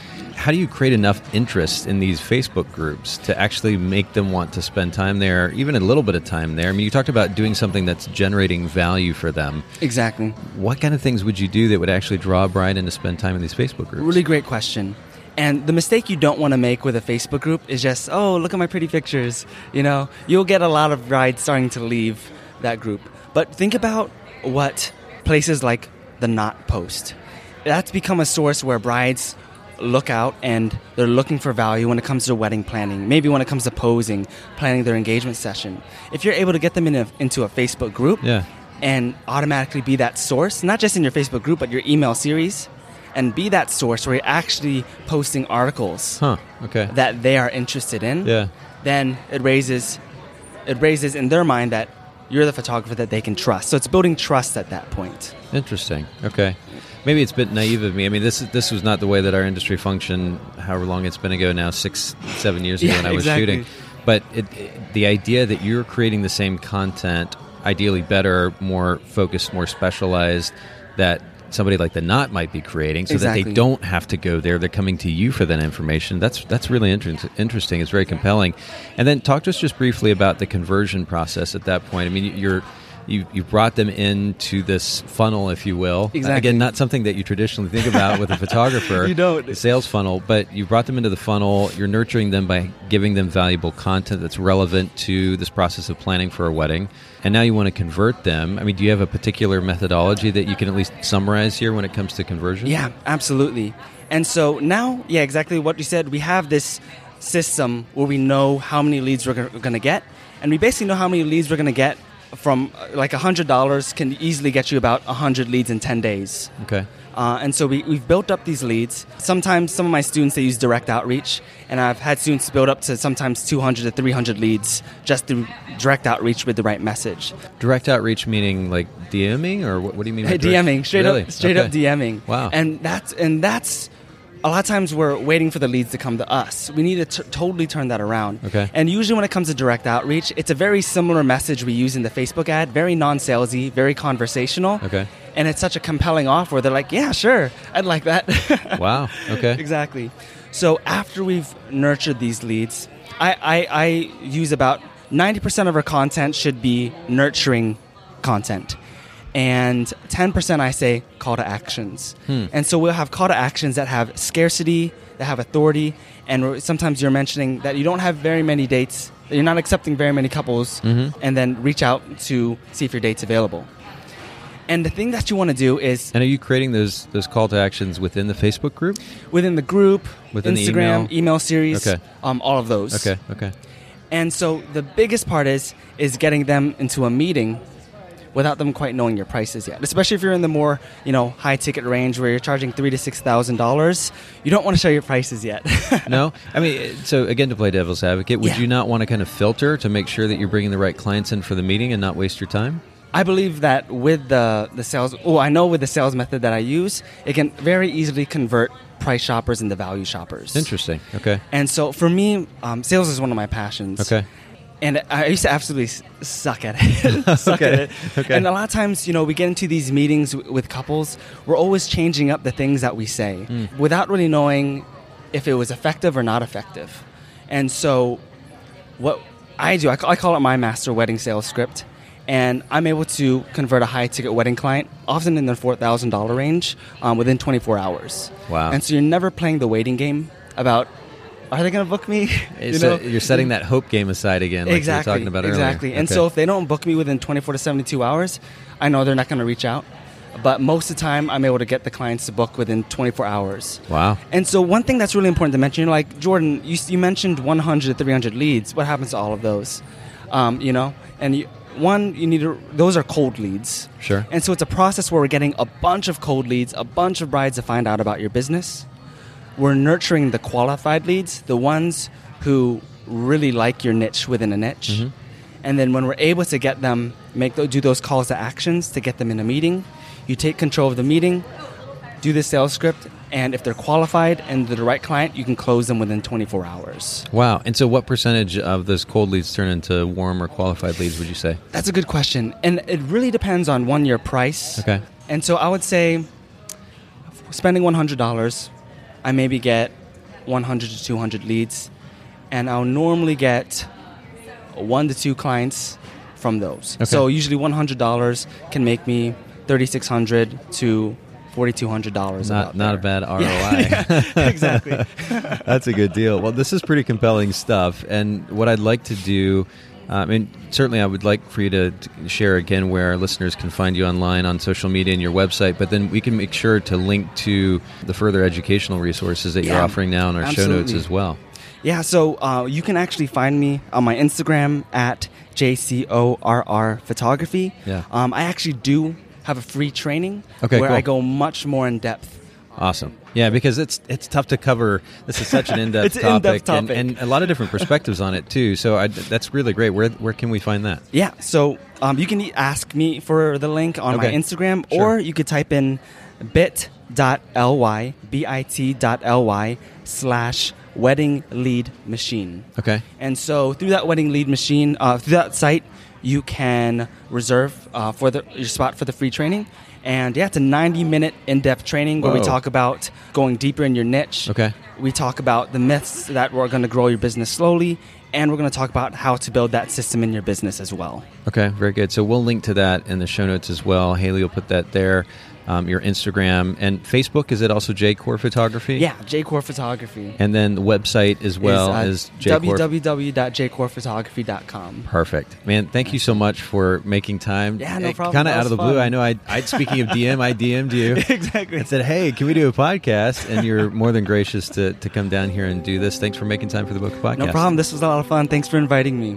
How do you create enough interest in these Facebook groups to actually make them want to spend time there, even a little bit of time there? I mean, you talked about doing something that's generating value for them.
Exactly.
What kind of things would you do that would actually draw a bride in to spend time in these Facebook groups?
Really great question. And the mistake you don't want to make with a Facebook group is just, oh, look at my pretty pictures. You know, you'll get a lot of brides starting to leave that group. But think about what places like the Knot post. That's become a source where brides look out and they're looking for value when it comes to wedding planning, maybe when it comes to posing, planning their engagement session. If you're able to get them in a, into a Facebook group,
Yeah.
and automatically be that source, not just in your Facebook group, but your email series, and be that source where you're actually posting articles
Huh. Okay.
that they are interested in.
Yeah.
Then it raises, it raises in their mind that you're the photographer that they can trust. So it's building trust at that point.
Interesting. Okay. Maybe it's a bit naive of me. I mean, this this was not the way that our industry functioned. However long it's been ago now, six, seven years ago
Yeah,
when I was
exactly.
shooting. But it, it- the idea that you're creating the same content, ideally better, more focused, more specialized, that somebody like the Knot might be creating, so that they
Exactly.
don't have to go there. They're coming to you for that information. That's that's really inter- interesting. It's very compelling. And then talk to us just briefly about the conversion process at that point. I mean, you're you you brought them into this funnel, if you will. Uh,
Exactly.
Again, not something that you traditionally think about
[laughs]
with a photographer.
You don't.
the sales funnel, but you brought them into the funnel. You're nurturing them by giving them valuable content that's relevant to this process of planning for a wedding. And now you want to convert them. I mean, do you have a particular methodology that you can at least summarize here when it comes to conversion?
Yeah, absolutely. And so now, yeah, exactly what you said. We have this system where we know how many leads we're going to get, and we basically know how many leads we're going to get from uh, like $100 can easily get you about 100 leads in 10 days.
Okay.
Uh, and so we, we've built up these leads. Sometimes some of my students, they use direct outreach. And I've had students build up to sometimes 200 to 300 leads just through direct outreach with the right message.
Direct outreach meaning like DMing or what, what do you mean?
[laughs]
By direct-
DMing, straight
Really?
up, straight up
Okay.
DMing.
Wow.
And that's and that's a lot of times we're waiting for the leads to come to us. We need to t- totally turn that around.
Okay.
And usually when it comes to direct outreach, it's a very similar message we use in the Facebook ad, very non-salesy, very conversational.
Okay.
And it's such a compelling offer. They're like, yeah, sure, I'd like that.
[laughs]
[laughs]
Wow. Okay.
exactly. So after we've nurtured these leads, I, I, I use about 90% of our content should be nurturing content. And 10% I say call to actions.
Hmm.
And so we'll have call to actions that have scarcity, that have authority, and we're- sometimes you're mentioning that you don't have very many dates, that you're not accepting very many couples,
Mm-hmm.
and then reach out to see if your date's available. And the thing that you want to do is
And are you creating those those call to actions within the Facebook group?
within the group,
Within the
Instagram,
email.
email. series,
Okay.
um, all of those.
Okay. Okay.
And so the biggest part is is getting them into a meeting without them quite knowing your prices yet. Especially if you're in the more you know high ticket range where you're charging three to six thousand dollars, you don't want to show your prices yet. [laughs]
No, I mean, so again, to play devil's advocate, would
Yeah.
you not want to kind of filter to make sure that you're bringing the right clients in for the meeting and not waste your time?
I believe that with the the sales, oh, I know with the sales method that I use, it can very easily convert price shoppers into value shoppers.
Interesting. Okay.
And so for me, um, sales is one of my passions.
Okay.
And I used to absolutely s- suck at
[laughs]
it. [laughs] suck
Okay.
at it.
Okay.
And a lot of times, you know, we get into these meetings w- with couples, we're always changing up the things that we say
Hmm.
without really knowing if it was effective or not effective. And so, what I do, I ca- I call it my master wedding sales script. And I'm able to convert a high ticket wedding client, often in the $4,000 range, um, within 24 hours.
Wow.
And so you're never playing the waiting game about, are they going to book me? [laughs]
You so you're setting that hope game aside again, like
mm, exactly,
we were talking about earlier.
exactly. And
Okay.
so if they don't book me within 24 to 72 hours, I know they're not going to reach out. But most of the time, I'm able to get the clients to book within 24 hours.
wow.
And so one thing that's really important to mention, you know, like Jordan, you, you mentioned 100 to 300 leads. What happens to all of those? Um, you know, and you, one, you need to, those are cold leads.
Sure.
And so it's a process where we're getting a bunch of cold leads, a bunch of brides to find out about your business. We're nurturing the qualified leads, the ones who really like your niche within a niche.
Mm-hmm.
And then when we're able to get them, make tho- do those calls to actions to get them in a meeting, you take control of the meeting, do the sales script, And if they're qualified and they're the right client, you can close them within 24 hours.
Wow. And so, what percentage of those cold leads turn into warm or qualified leads, would you say?
That's a good question. And it really depends on one, your price.
Okay.
And so I would say spending $100, I maybe get 100 to 200 leads. And I'll normally get one to two clients from those.
Okay.
So usually $100 can make me 3600 to $4,200.
Not,
about
not a
there. [laughs]
bad ROI.
Yeah, exactly.
[laughs] That's a good deal. Well, this is pretty compelling stuff. And what I'd like to do, um, and certainly I would like for you to, to share again where our listeners can find you online on social media and your website, but then we can make sure to link to the further educational resources that you're
Yeah,
offering now in our show notes
absolutely.
as well.
Yeah, so uh, you can actually find me on my Instagram at JCORR Photography.
Yeah.
Um, I actually do have a free training
Okay,
where I
cool.
go much more in depth.
Awesome. Yeah, because it's it's tough to cover. This is such an in-depth
[laughs] It's an
topic,
in-depth
and-
topic.
And, a lot of different perspectives on it too. So I, that's really great. Where where can we find that?
Yeah, so um, you can e- ask me for the link on
Okay.
my Instagram
Sure.
or you could type in bit.ly, B-I-T dot L-Y slash wedding lead machine.
Okay.
And so through that wedding lead machine, uh, through that site, you can reserve uh, for the, your spot for the free training. And yeah, it's a 90 minute in depth training where
Whoa.
we talk about going deeper in your niche.
Okay.
We talk about the myths that we're going to grow your business slowly. And we're going to talk about how to build that system in your business as well.
Okay, very good. So we'll link to that in the show notes as well. Haley will put that there. Um, your Instagram and Facebook is it also JCore Photography?
Yeah, JCore Photography.
And then the website as well is,
is, uh,
JCore.
www.jcorephotography.com.
Perfect, man. Thank you so much for making time.
Yeah, no problem.
Kind of
That
out of
was
the blue.
fun.
I know. I, I speaking of DM, I DM'd
[laughs]
you.
exactly.
and said, "Hey, can we do a podcast?" And you're more than gracious to, to come down here and do this. Thanks for making time for the Book Podcast.
No problem. This was a lot of fun. Thanks for inviting me.